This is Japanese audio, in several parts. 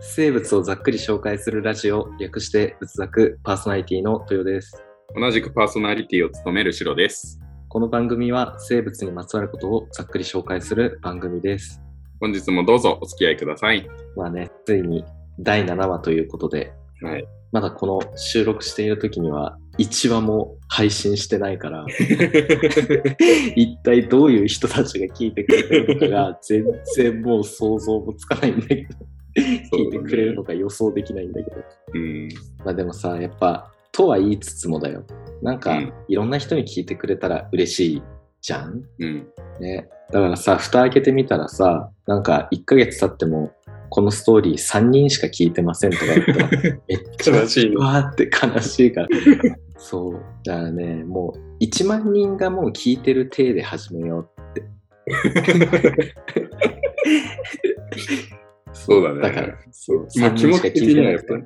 生物をざっくり紹介するラジオ、略して仏作パーソナリティの豊です。同じくパーソナリティを務めるシロです。この番組は生物にまつわることをざっくり紹介する番組です。本日もどうぞお付き合いくださ い。まあね、ついに第7話ということで、はい。まだこの収録している時には1話も配信してないから、 一体どういう人たちが聞いてくれてるのかが全然もう想像もつかないんだ けど、聞いてくれるのか予想できないんだけど。うん。まあでもさ、やっぱ、とは言いつつもだよ。なんか、うんいろんな人に聞いてくれたら嬉しいじゃんうん。ね。だからさ、蓋開けてみたらさ、なんか1ヶ月経っても、このストーリー3人しか聞いてませんとか言った ら、めっちゃ悲 しいねわーって悲しいから。そう。だからね、もう1万人がもう聞いてる体で始めよう。そうだねだから、そう。まあ3気人持しか聞ち的いにてはなやっくてぱり。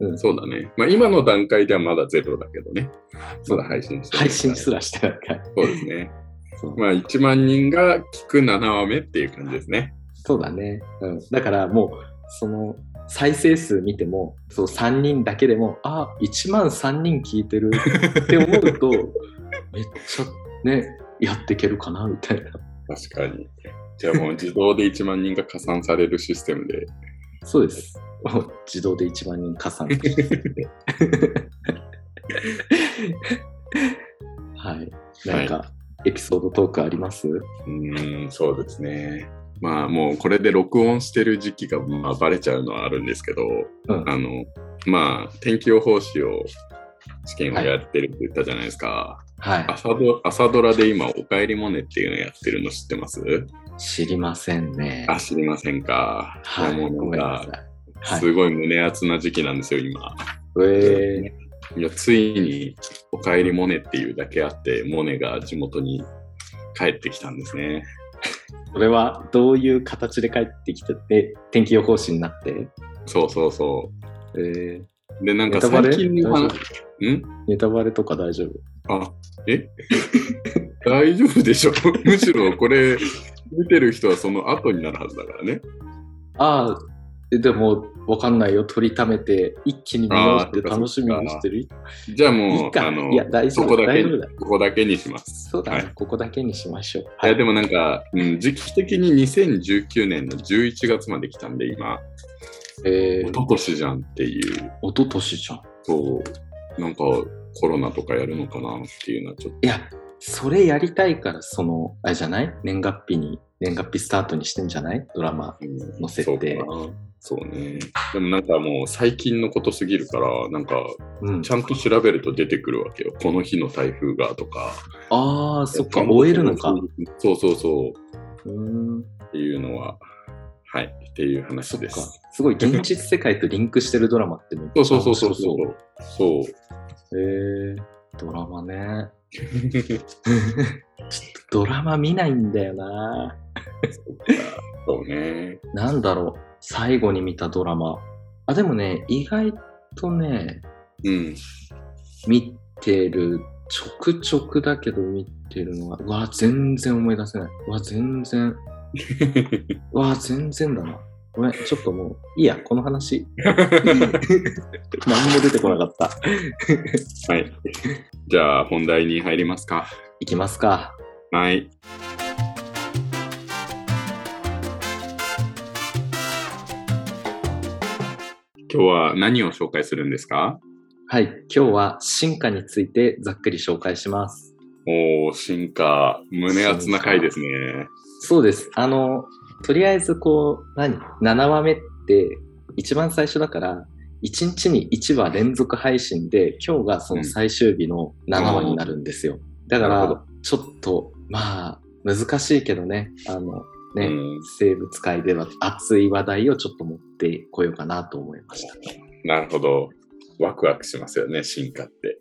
うんそうだね。まあ今の段階ではまだゼロだけどね。まだ配信してない配信すらしてないから。そうですね。そうまあ1万人が聞く7話目っていう感じですね。そうだね。うん。だからもう、その、再生数見ても、そう、3人だけでも、あ、1万3人聞いてるって思う と、めっちゃね、やっていけるかな、みたいな。確かに。じゃあもう自動で1万人が加算されるシステムで。そうです。もう自動で1万人加算して はい。なんか、エピソードトークありますうーん、そうですね。まあもうこれで録音してる時期がまあバレちゃうのはあるんですけど、うんあの、まあ天気予報士を試験をやってるって言ったじゃないですか。はい。朝ド朝ドラで今、おかえりモネっていうのやってるの知ってます知りませんね。あ、知りませんか。はい。もごうめんななんさか、い。はい。すごい胸熱な時期なんですよ、今。えーいやついに、おかえりモネっていうだけあって、モネが地元に帰ってきたんですね。それはどういう形で帰ってきてて天気予報士になって、そうそうそえー、う。で、なんかネタバレ最近の大話丈、んネタバレとか大丈夫あ、え 大丈夫でしょ むしろこれ、見てる人はその後になるはずだからね。ああえでもわかんないよ取りためて一気に見ようって楽しみにしてるいじゃあも、いうかあのい、や大丈そ夫こだけ大に丈夫だ、ここだけにします。そうだね、はいここだけにしましょういやでもなんか、うん、時期的に2019年の11月まで来たんで、今、え一ー、昨年じゃんっていう、おととしじゃんそう、なんかコロナとかやるのかなっていうのはちょっいやそれやりたいからそのあれじゃない年月日に年月日スタートにしてんじゃないドラマと、うんの設定そうかなそうね。でもなんかもう最近のことすぎるから、なんかうんちゃんと調べると出てくるわけよ。この日の台風がとか。ああそっか終えるのか。そうそうそうーんう。っていうのは、はい、っていうそ話っでかす。すごい現実世界とリンクしてるドラマってめっちそゃうそうそうそう面そ白う。うそう。へえドラマねちょっとドラマ見ないんだよなそうね。なんだろう最後に見たドラマあでもね意外とねうん。見てるちょくちょくだけど見てるのはうわ全然思い出せないうわ全 然うわ全然だなごめんちょっともういいやこの 話何も出てこなかったはい。じゃあ本題に入りますか。いきますかはい。今日は何を紹介するんですかはい今日は進化についてざっくり紹介しますおー、進化。胸熱な回ですね。そうです。あの、とりあえずこう、何 ?7 話目って一番最初だから、1日に1話連続配信で、今日がその最終日の7話になるんですよ。だかなるほら、ちょっと、まあ、難しいけどね、あの、ね、うん生物界では熱い話題をちょっと持ってこようかなと思いました。なるほど。ワクワクしますよね、進化って。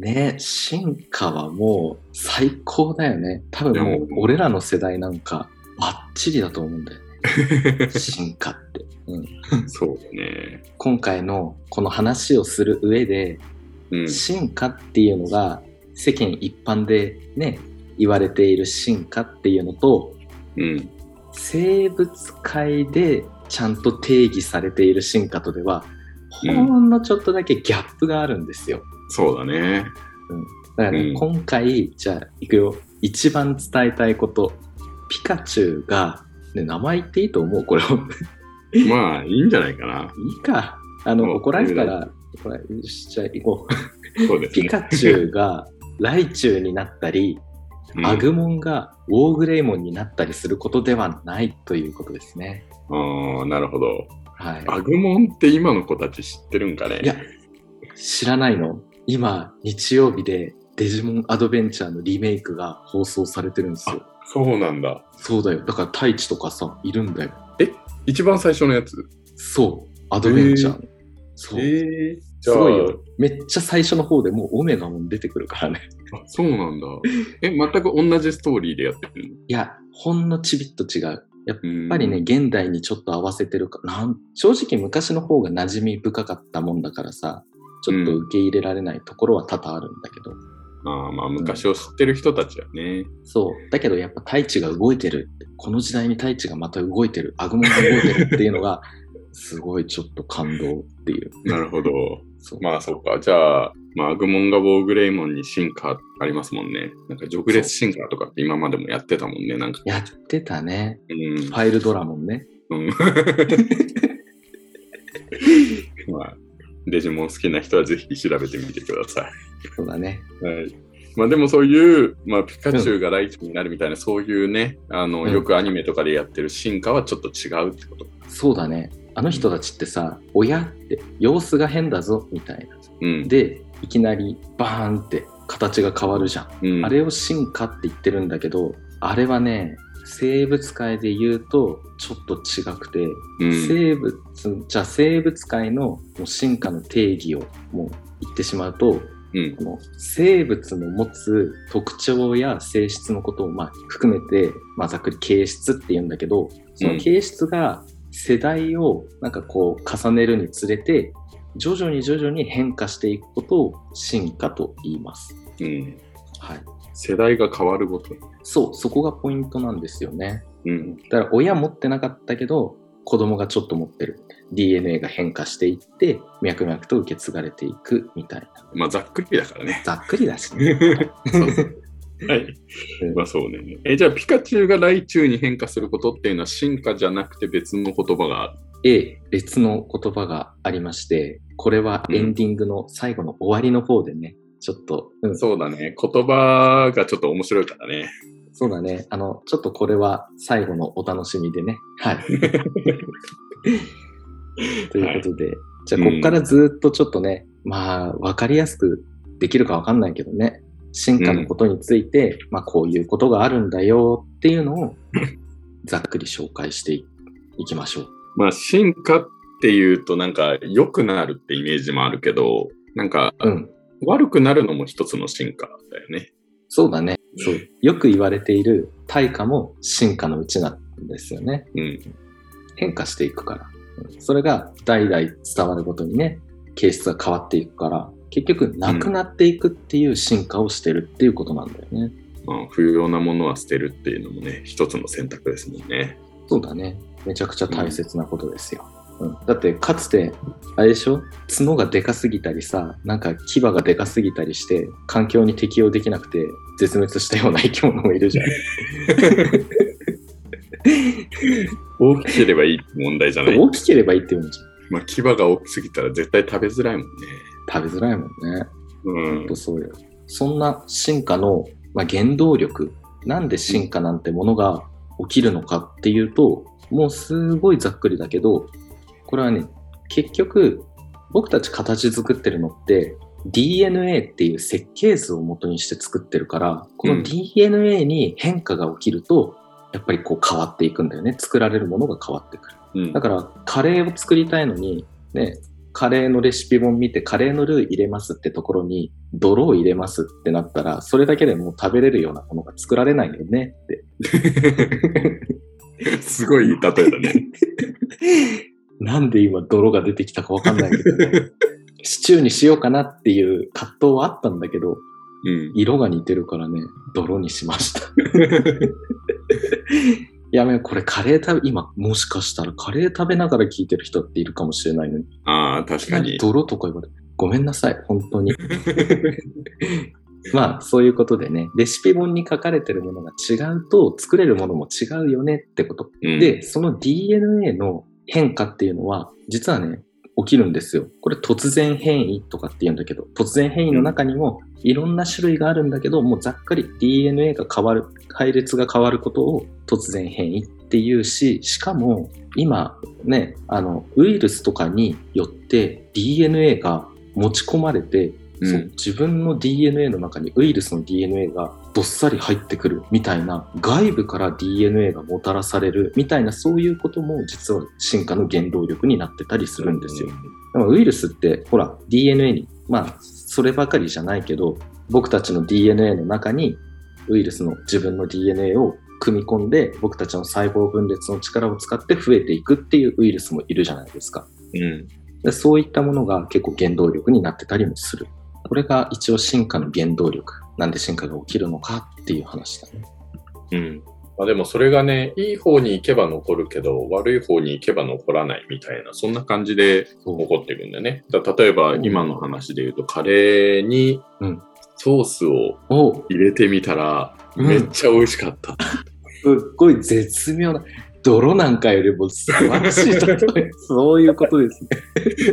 ね進化はもう最高だよね。多分もうでも俺らの世代なんかバッチリだと思うんだよ ね。進化って。うんそうだね。今回のこの話をする上で、うん。進化っていうのが世間一般でね言われている進化っていうのとうん。生物界でちゃんと定義されている進化とでは、ほんのちょっとだけギャップがあるんですよ。そうだね。だから、ねうん今回、じゃあ、いくよ。一番伝えたいこと。ピカチュウが、ね、名前言っていいと思うこれ を。まあ、いいんじゃないかな。いいか。あうんの、怒られたら、ほらよしじゃあ行こう。そうですピね。カチュウが、ライチュウになったり、うんアグモンがウォーグレイモンになったりすることではないということですね。あーなるほど。はい。アグモンって今の子たち知ってるんかねいや、知らないの今、日曜日でデジモンアドベンチャーのリメイクが放送されてるんですよ。そうなんだ。そうだよ。だから、太一とかさ、いるんだよ。一番最初のやつ。そう。アドベンチャーの。そう。えすごいよ。めっちゃ最初の方でもうオメガも出てくるからね。あそうなんだ。え、全く同じストーリーでやってるのいや、ほんのちびっと違う。やっやっぱりね、、現代にちょっと合わせてるかなん正直昔の方が馴染み深かったもんだからさ、ちょっと受け入れられないところは多々あるんだけど。あーまあ、昔を知ってる人たちはね。そう。だけどやっぱ太一が動いてるって。この時代に太一がまた動いてる。アグモンが動いてるっていうのが、 すごいちょっと感動っていう。なるほど。そうまあ、そっか。じゃあ、まあ、アグモンがウォーグレイモンに進化ありますもんね。なんか、ジョグレス進化とかって今までもやってたもんね。なんか、やってたね。うんフ。ァイルドラモンね。うん まあ、デジモン好きな人はぜひ調べてみてください。そうだね。はいまあ、でもそういう、まあ、ピカチュウがライトになるみたいな、そういうねあの、うんよくアニメとかでやってる進化はちょっと違うってこと。そうだね。あの人たちってさ、親って様子が変だぞみたいな。うんで、いきなりバーンって形が変わるじゃん。うん、あれを進化って言ってるんだけど、あれはね、生物界で言うとちょっと違くて、うん生物じゃあ生物界のもう進化の定義をもう言ってしまうとうんこの生物の持つ特徴や性質のことをまあ含めて、まあ、ざっくり形質って言うんだけどその形質が世代をなんかこう重ねるにつれて徐々に徐々に変化していくことを進化と言います。うん、はい、世代が変わるごとに。そうそこがポイントなんですよね。うんだから親持ってなかったけど子供がちょっと持ってる DNA が変化していって脈々と受け継がれていくみたいなまあ、ざっくりだからね。ざっくりだしねそうそうはいうん。まあそうね。えじゃあ、ピカチュウがライチュウに変化することっていうのは進化じゃなくて別の言葉がある。 A 別の言葉がありましてこれはエンディングの最後の終わりの方でねちょっと、うん、そそうだね。言葉がちょっと面白いからね。うだねあのちょっとこれは最後のお楽しみでねはい ということで、じゃあここからずっとちょっとね、まあ分かりやすくできるか分かんないけどね進化のことについて、まあこういうことがあるんだよっていうのをざっくり紹介していきましょうまあ、進化っていうと、なんか、良くなるってイメージもあるけど、なんか、うん悪くなるのも一つの進化だよね。そうだねそうよく言われている対価も進化のうちなんですよね。うん。変化していくから。うんそれが代々伝わるごとにね、形質が変わっていくから、結局なくなっていくっていう進化をしてるっていうことなんだよね。まあ、不要なものは捨てるっていうのもね、一つの選択ですもんね。そうだね。めちゃくちゃ大切なことですよ。うん、だってかつて、あれでしょ角がでかすぎたりさ、なんか牙がでかすぎたりして、環境に適応できなくて絶滅したような生き物もいるじゃん。大きければいい問題じゃない。大きければいいってもんじゃん。 まあ、牙が大きすぎたら絶対食べづらいもんね。食べづらいもんね。うんと。そうよ。そんな進化の、まあ、原動力、なんで進化なんてものが起きるのかっていうと、もうすごいざっくりだけど、これはね、結局、僕たち形作ってるのって、DNA っていう設計図を元にして作ってるから、こうんの DNA に変化が起きると、やっぱりこう変わっていくんだよね。作られるものが変わってくる。うんだからカレーを作りたいのに、ね、カレーのレシピ本見てカレーのルー入れますってところに泥を入れますってなったらそれだけでもう食べれるようなものが作られないよねってすごい例えだね。なんで今泥が出てきたかわかんないけ どねシチューにしようかなっていう葛藤はあったんだけどうん。色が似てるからね泥にしましたやめよう、これカレー食べ、今、もしかしたらカレー食べながら聞いてる人っているかもしれないのに、ああ、確かに。泥とか言われて、ごめんなさい、本当に。まあ、そういうことでね、レシピ本に書かれてるものが違うと、作れるものも違うよねってこと。うん、で、その DNA の変化っていうのは、実はね、起きるんですよ。これ突然変異とかって言うんだけど、突然変異の中にもいろんな種類があるんだけど、もうざっくり DNA が変わる、配列が変わることを突然変異っていうし、しかも今ね、あの、ウイルスとかによって DNA が持ち込まれて、う、そうん自分の DNA の中にウイルスの DNA がどっさり入ってくるみたいな外部から DNA がもたらされるみたいなそういうことも実は進化の原動力になってたりするんですよ。でもウイルスってほら DNA にまあそればかりじゃないけど僕たちの DNA の中にウイルスの自分の DNA を組み込んで僕たちの細胞分裂の力を使って増えていくっていうウイルスもいるじゃないですか。うん。でそういったものが結構原動力になってたりもする。これが一応進化の原動力。なんで進化が起きるのかっていう話だね。うん。まあ、でもそれがね、いい方に行けば残るけど、悪い方に行けば残らないみたいな、そんな感じでそう起こっていくんだよね。だ例えばうん今の話で言うと、カレーにうんソースをおう入れてみたら、うんめっちゃ美味しかった。すっごい絶妙な。泥なんかよりも素晴らしい例え。 そういうことですね。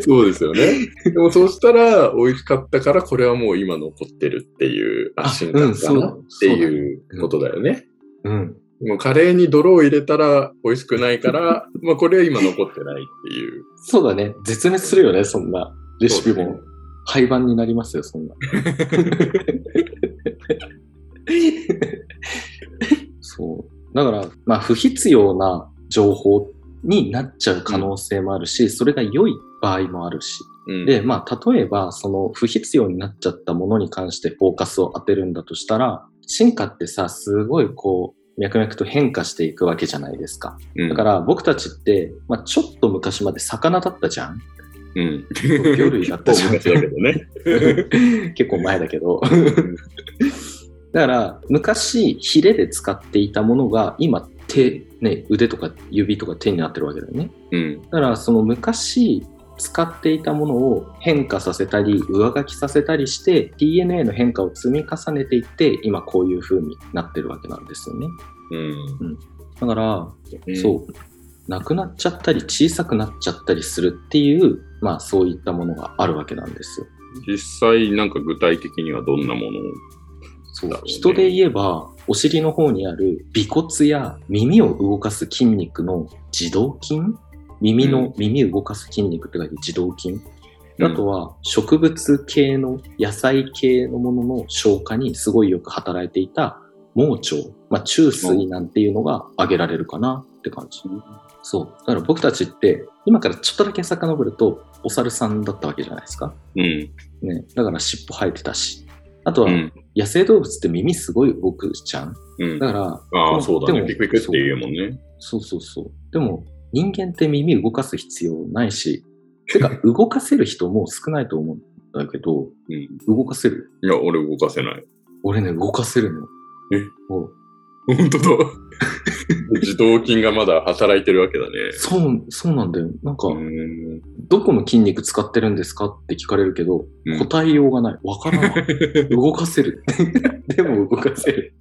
そうですよね。でもそうしたら美味しかったから、これはもう今残ってるっていう、ああ、進化うんだそうなっていうことだよね。うん。もうカレーに泥を入れたら美味しくないから、 まあこれは今残ってないっていう。そうだね。絶滅するよね、そんなレシピそうだもね。廃盤になりますよ、そんな。そう。だから、まあ、不必要な情報になっちゃう可能性もあるし、それが良い場合もあるし。うんで、まあ、例えば、その不必要になっちゃったものに関してフォーカスを当てるんだとしたら、進化ってさ、すごいこう、脈々と変化していくわけじゃないですか。うんだから僕たちって、まあ、ちょっと昔まで魚だったじゃんうん。魚類だったじゃん昔だけどね。結構前だけど。だから昔ヒレで使っていたものが今手、ね、腕とか指とか手になってるわけだよね。うん。だからその昔使っていたものを変化させたり上書きさせたりして DNA の変化を積み重ねていって今こういう風になってるわけなんですよね。うんだからそう。なくなっちゃったり小さくなっちゃったりするっていう、まあそういったものがあるわけなんですよ。実際、なんか具体的にはどんなものをそうだろうね人で言えば、お尻の方にある尾骨や耳を動かす筋肉の自動筋耳の、う耳動かす筋肉って書いて自動筋あとは植物系の野菜系のものの消化にすごいよく働いていた盲腸、まあ、中水なんていうのが挙げられるかなって感じ、そうだから僕たちって今からちょっとだけ遡るとお猿さんだったわけじゃないですか、うん。ね、だから尻尾生えてたしあとうはん。野生動物って耳すごい動くじゃんうん。だから、ああ、そうだでね。もピクピクって言うもんね。そうそうそう。でも、人間って耳動かす必要ないし、てか、動かせる人も少ないと思うんだけど、うん。動かせるいや、俺動かせない。俺ね、動かせるの。えもう本当だ。自動筋がまだ働いてるわけだね。そう、そうなんだよ。なんか、うんどこの筋肉使ってるんですかって聞かれるけど、うん答えようがない。わからな い。動かせる。 でも動かせる。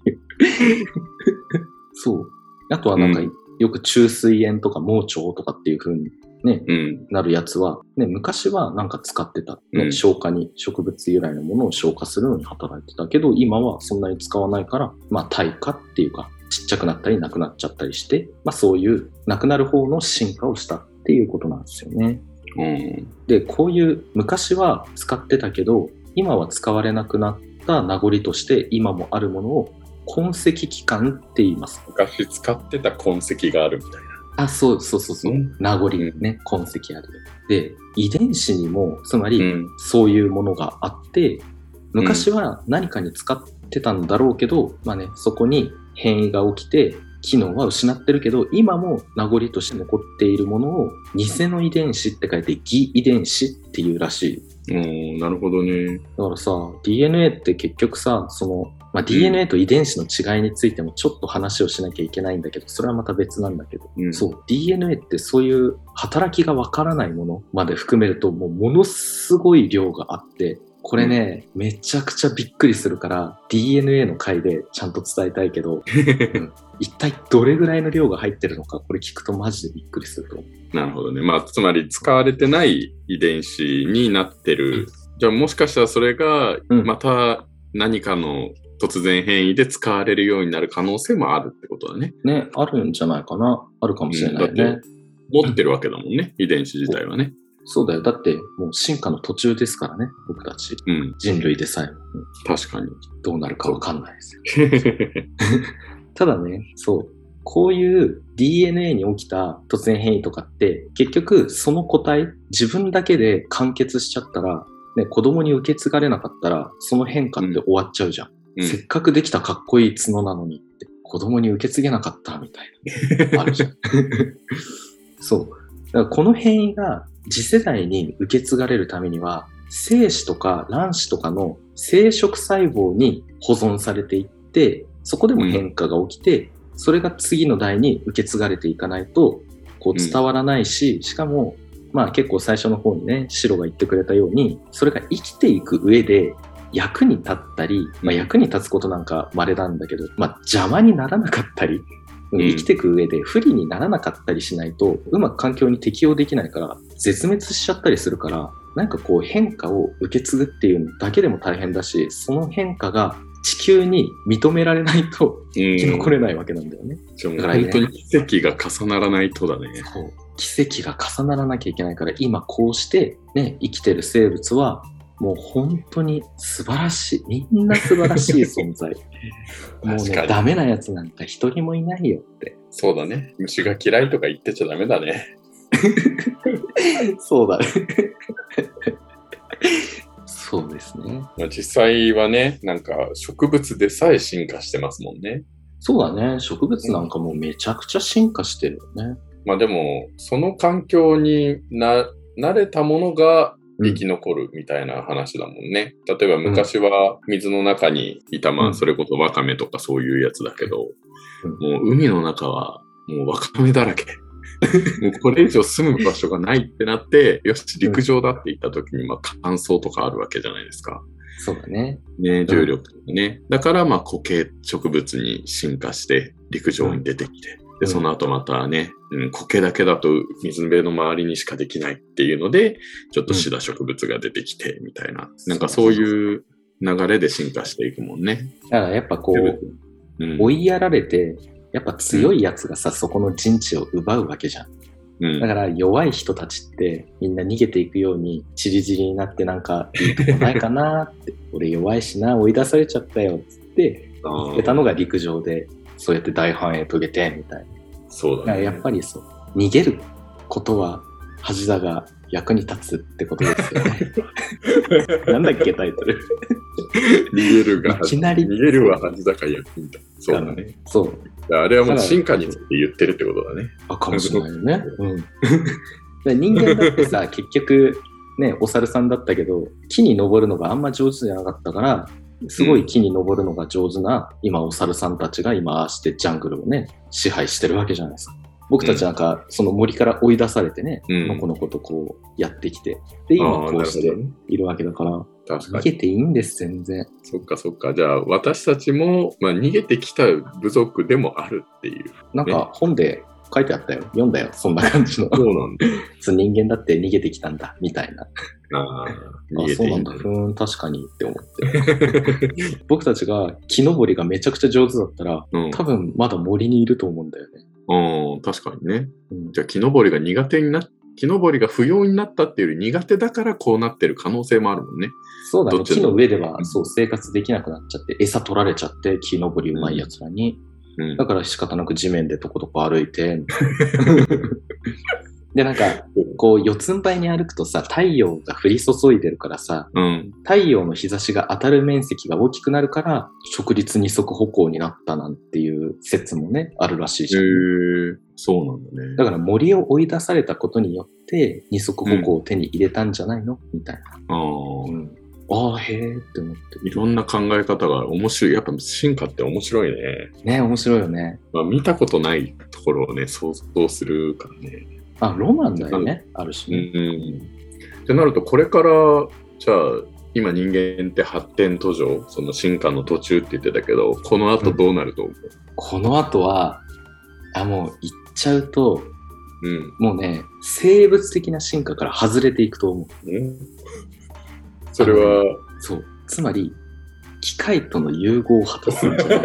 そう。あとはなんか、うよく中水炎とか盲腸とかっていう風にうん。なるやつは、ね、昔はなんか使ってた、ねうん消化に植物由来のものを消化するのに働いてたけど今はそんなに使わないから、まあ、退化っていうかちっちゃくなったりなくなっちゃったりして、まあ、そういうなくなる方の進化をしたっていうことなんですよね。うん。でこういう昔は使ってたけど今は使われなくなった名残として今もあるものを痕跡期間って言います。昔使ってた痕跡があるみたいな。あ、そうそうそうそう。うん名残んね、痕跡ある。で、遺伝子にも、つまり、うん。そういうものがあって昔は何かに使ってたんだろうけど、まあね、そこに変異が起きて機能は失ってるけど今も名残として残っているものを偽の遺伝子って書いて偽遺伝子っていうらしいうんなるほどね。だからさ DNA って結局さそのまあ、DNA と遺伝子の違いについてもちょっと話をしなきゃいけないんだけど、それはまた別なんだけど、うんそう、DNA ってそういう働きがわからないものまで含めると、もうものすごい量があって、これね、めちゃくちゃびっくりするから、DNA の回でちゃんと伝えたいけど、うん一体どれぐらいの量が入ってるのか、これ聞くとマジでびっくりすると思う。ななるほどね。まあ、つまり使われてない遺伝子になってる。じゃあ、もしかしたらそれが、うんまた何かの突然変異で使われるようになる可能性もあるってことだね。ね、あるんじゃないかな。あるかもしれないね。うんだって持ってるわけだもんね。遺伝子自体はね。そうだよ。だって、もう進化の途中ですからね、僕たち。うん。人類でさえも、うん確かに。どうなるかわかんないですよ。 ただね、そう。こういう DNA に起きた突然変異とかって、結局その個体、自分だけで完結しちゃったら、ね、子供に受け継がれなかったら、その変化って終わっちゃうじゃん。うんせっかくできたかっこいい角なのにって、子供に受け継げなかったみたい な。あるじゃん。そう。だからこの変異が次世代に受け継がれるためには、精子とか卵子とかの生殖細胞に保存されていって、そこでも変化が起きて、それが次の代に受け継がれていかないと、こう伝わらないし、しかも、まあ結構最初の方にね、シロが言ってくれたように、それが生きていく上で役に立ったり、まあ役に立つことなんか稀なんだけど、まあ邪魔にならなかったり、ん生きていく上で不利にならなかったりしないと、うまく環境に適応できないから、絶滅しちゃったりするから、なんかこう変化を受け継ぐっていうのだけでも大変だし、その変化が地球に認められないと生き残れないわけなんだよね。じゃあもう本当に奇跡が重ならないとだね。そう奇跡が重ならなきゃいけないから今こうして、ね、生きてる生物はもう本当に素晴らしいみんな素晴らしい存 在もう確かねにダメなやつなんか一人もいないよってそうだね。虫が嫌いとか言ってちゃダメだね。そうだねそうですねまあ、実際はね、なんか植物でさえ進化してますもんね。そうだね植物なんかもうめちゃくちゃ進化してるよねまあでも、その環境にな慣れたものが生き残るみたいな話だもんね。例えば昔は水の中にいた、まうあんそれこそワカメとかそういうやつだけど、うもう海の中はもうワカメだらけ。もうこれ以上住む場所がないってなって、よし、陸上だって言った時に、まあ乾燥とかあるわけじゃないですか。そうだねね、重力とかね。だから、まあ、固形植物に進化して、陸上に出てきて、うんで、その後またね、うん、苔だけだと水辺の周りにしかできないっていうので、ちょっとシダ植物が出てきて、みたいな、なんかそういう流れで進化していくもんね。だからやっぱこ植物ううん。追いやられてやっぱ強いやつがさ、そこの陣地を奪うわけじゃんうんだから弱い人たちってみんな逃げていくようにチリチリになってなんかいいとこないかなって 俺弱いしな追い出されちゃったよっつってあー出たのが陸上でそうやって大繁栄遂げてみたいなそうだかだらね。やっぱりそう逃げることは恥だが役に立つってことですよ ねなんだっけタイトル逃げる がいきなり逃げるは恥だから役に立つ。そうだね。そうだからあれはもう進化について言ってるってことだね。あかもしれないよ ね。うん、で人間だってさ結局ねお猿さんだったけど木に登るのがあんま上手じゃなかったからすごい木に登るのが上手な、今お猿さんたちが今ああしてジャングルをね支配してるわけじゃないですか。僕たちなんか、その森から追い出されてね、うんのこのことこうやってきて、で、今あーこうしてなるほどねいるわけだから、確か逃にげ。ていいんです、全然。そっかそっか。じゃあ私たちも、まあ、逃げてきた部族でもあるっていう。なんねか本で書いてあったよ、読んだよ、そんな感 じの。そうなんだ。そう人間だって逃げてきたんだ、みたいな。あー 逃あげそうていないんんだだ。ふーん確かにって思って 僕たちが木登りがめちゃくちゃ上手だったらうん多分まだ森にいると思うんだよね、うん、確かにね。うんじゃあ木登りが苦手にな木登りが不要になったっていうより苦手だからこうなってる可能性もあるもんね。そうだどねっちだ木の上ではうんそう生活できなくなっちゃって餌取られちゃって木登りうまいやつらに、うんだ、から仕方なく地面でとことこ歩い てでなんかこう四つん這いに歩くとさ太陽が降り注いでるからさうん。太陽の日差しが当たる面積が大きくなるから直立二足歩行になったなんていう説もねあるらしいへじゃん、ーそうなんだだかね。ら森を追い出されたことによって二足歩行を手に入れたんじゃないの、みたいな、あーああ、へえって思って。いろんな考え方が面白い。やっぱ進化って面白いね。ね、面白いよね。まあ、見たことないところをね、想像するからね。あ、ロマンだよね、あるう種ね。ん。ってなると、これから、じゃあ、今人間って発展途上、その進化の途中って言ってたけど、この後どうなると思うこの後は、あ、もう行っちゃうと、うん。もうね、生物的な進化から外れていくと思う。うん、それは、そう。つまり、機械との融合を果たすん じゃない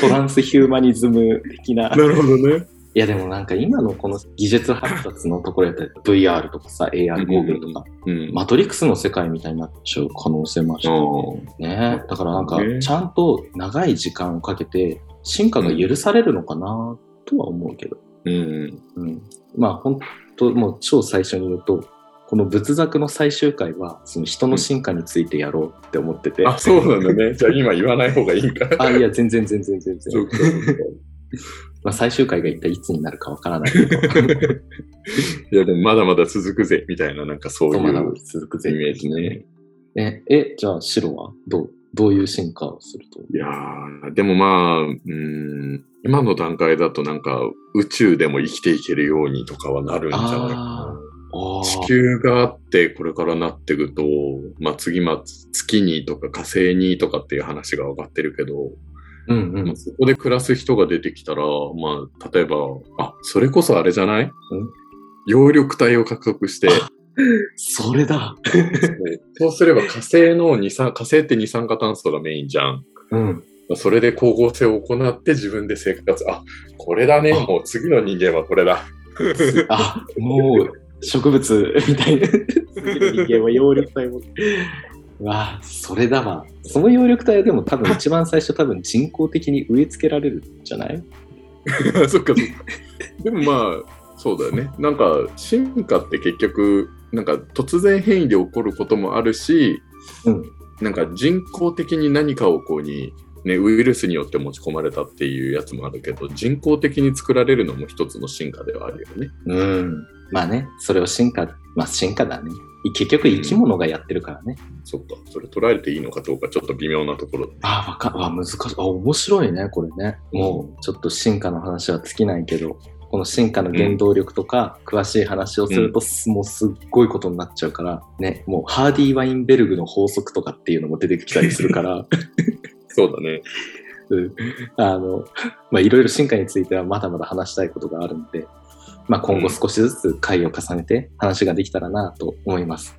トランスヒューマニズム的な。るほどね。いやでもなんか今のこの技術発達のところやったら VR とかさ、AR ゴーグルとか、うん。マトリックスの世界みたいになっちゃう可能性もあるしあーね。だからなんかねちゃんと長い時間をかけて進化が許されるのかなとは思うけど。うん。うん。まあ本当もう超最初に言うと、この仏作の最終回はその人の進化についてやろうって思ってて。あ、そうなんだね。じゃあ今言わない方がいいんか。あ、いや全然全然全そ然。うかそうかまあ最終回が一体いつになるかわからないけど、 いや、でもまだまだ続くぜ、みたいな、なんかそういまだう続くぜイメージね。え、え、じゃあ白はどう、どういう進化をするといやー、でもまあ、うーん、今の段階だとなんか宇宙でも生きていけるようにとかはなるんじゃないかあな。ああ地球があって、これからなっていくと、まあ次、まあ月にとか火星にとかっていう話が上がってるけど、うんうまあん。そこで暮らす人が出てきたら、まあ例えば、あ、それこそあれじゃない揚力体を獲 得して、それだ。そうすれば火星の二酸、火星って二酸化炭素がメインじゃん。うん。まあそれで光合成を行って自分で生活、あこれだね、あもう次の人間はこれだ。あ、もう、植物みたいな。人間は葉緑体を。うわそれだわ。その葉緑体はでも多分一番最初多分人工的に植え付けられるんじゃない そっかそっか。でもまあ、そうだよね。なんか進化って結局、なんか突然変異で起こることもあるし、うん。なんか人工的に何かをこうに、ね、ウイルスによって持ち込まれたっていうやつもあるけど、人工的に作られるのも一つの進化ではあるよね。うん。まあね、それを進化、まあ進化だね。結局生き物がやってるからね。そっか、それ捉えていいのかどうかちょっと微妙なところだねああ、わか、わ、難しい。あ、面白いね、これね。もう、ちょっと進化の話は尽きないけど、この進化の原動力とか、詳しい話をすると、もうすっごいことになっちゃうから、ね、もう、ハーディ・ワインベルグの法則とかっていうのも出てきたりするから、そうだね。うんあの、まあ、いろいろ進化についてはまだまだ話したいことがあるんで、まあ、今後少しずつ回を重ねて話ができたらなと思います。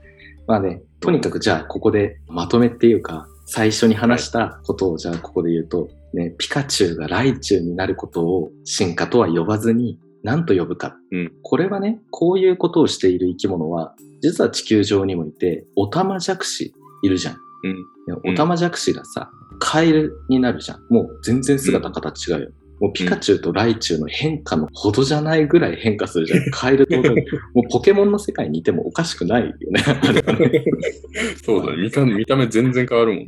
まあね、とにかくじゃあここでまとめっていうか、最初に話したことをじゃあここで言うと、ね、ピカチュウがライチュウになることを進化とは呼ばずに、何と呼ぶか。うんこれはね、こういうことをしている生き物は、実は地球上にもいて、オタマジャクシいるじゃん。うんねうんオタマジャクシがさ、カエルになるじゃん。もう全然姿形違うよ。もうピカチュウとライチュウの変化のほどじゃないぐらい変化する じゃん。カエルとオタマジャクシもうポケモンの世界にいてもおかしくないよね。 あれはねそうだね。見た見た目全然変わるもんね。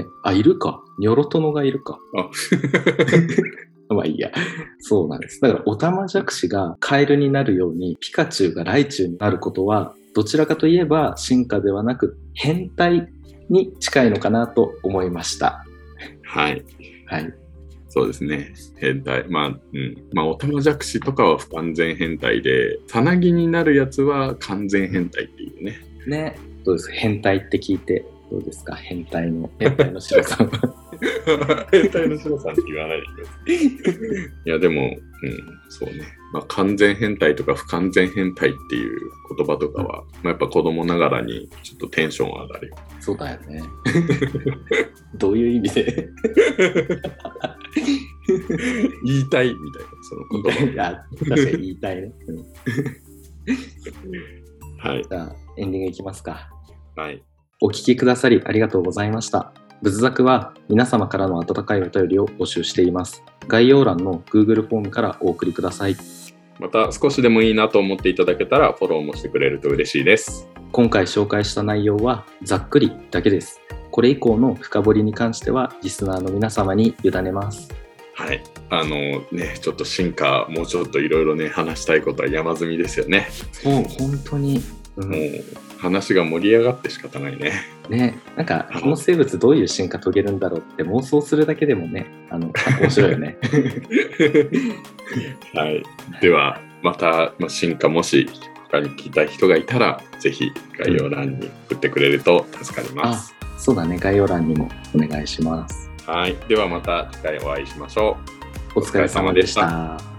ねあ、いるか。ニョロトノがいるか。 まあいいや。そうなんです。だから、オタマジャクシがカエルになるように、ピカチュウがライチュウになることは、どちらかといえば進化ではなく、変態に近いのかなと思いました。はい。はい。そうですね。変態。まあ、うん。まあ、オタマジャクシとかは不完全変態で、さなぎになるやつは完全変態っていうね。ね。どうです変態って聞いて、どうですか変態の、変態の白さんは。変態の白さんって言わないでくださ い。いや、でも、うん、そうね。まあ、完全変態とか不完全変態っていう言葉とかは、まあ、やっぱ子供ながらにちょっとテンション上がるよ。 そうだよね。 どういう意味 で 言いたいみたいな、そ言のい言たい葉。あ確かに言いたいね。うん はい。じゃあ、エンディングいきますか。はい。お聞きくださりありがとうございました。仏作は皆様からの温かいお便りを募集しています。概要欄の Google フォームからお送りください。また少しでもいいなと思っていただけたらフォローもしてくれると嬉しいです。今回紹介した内容はざっくりだけです。これ以降の深掘りに関してはリスナーの皆様に委ねます。はい。あのね、ちょっと進化、もうちょっといろいろね、話したいことは山積みですよね。そう、本当に。うんもう話が盛り上がって仕方ないね。 ね、なんかこの生物どういう進化遂げるんだろうって妄想するだけでもねあの 面白いよねはい、ではまた、まあ、進化もし他に聞きたい人がいたらぜひ概要欄に送ってくれると助かりまあす。そうだね概要欄にもお願いしますはい、ではまた次回お会いしましょう。お疲れ様でした